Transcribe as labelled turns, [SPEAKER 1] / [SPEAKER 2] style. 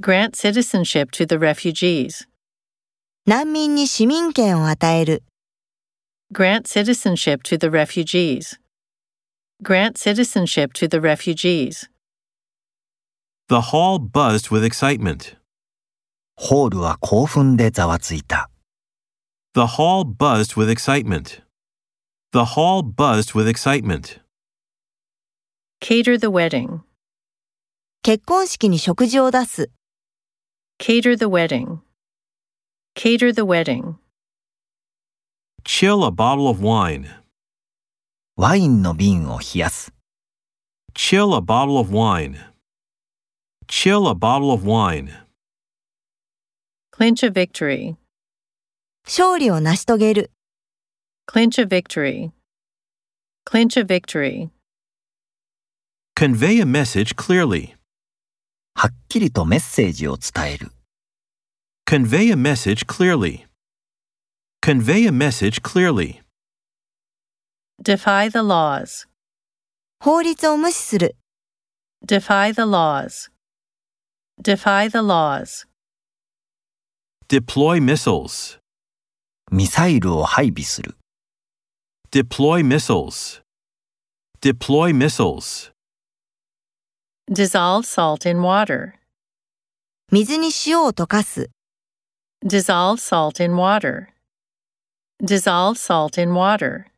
[SPEAKER 1] Grant citizenship to the refugees.
[SPEAKER 2] 難民に市民権を与える。
[SPEAKER 1] Grant citizenship to the refugees. Grant citizenship to the refugees.
[SPEAKER 3] The hall buzzed with excitement.
[SPEAKER 4] ホールは興奮でざわついた。
[SPEAKER 3] The hall buzzed with excitement. The hall buzzed with excitement.
[SPEAKER 1] Cater the wedding.
[SPEAKER 2] 結婚式に食事を出す。
[SPEAKER 1] Cater the wedding. Cater the wedding.
[SPEAKER 3] Chill a bottle of wine.
[SPEAKER 4] ワインの瓶を冷やす。
[SPEAKER 3] Chill a bottle of wine. Chill a bottle of wine.
[SPEAKER 1] Clinch a victory.
[SPEAKER 2] 勝利を成し遂げる。
[SPEAKER 1] Clinch a victory. Clinch a victory.
[SPEAKER 3] Convey a message clearly.
[SPEAKER 4] はっきりとメッセージを伝える。
[SPEAKER 3] Convey a message clearly. Convey a message clearly.
[SPEAKER 1] Defy the laws.
[SPEAKER 2] 法律を無視する。
[SPEAKER 1] Defy the laws. Defy the laws.
[SPEAKER 3] Deploy missiles.
[SPEAKER 4] ミサイルを配備する。
[SPEAKER 3] Deploy missiles. Deploy missiles.
[SPEAKER 1] Dissolve salt in water.
[SPEAKER 2] 水に塩を溶かす。
[SPEAKER 1] Dissolve salt in water. Dissolve salt in water.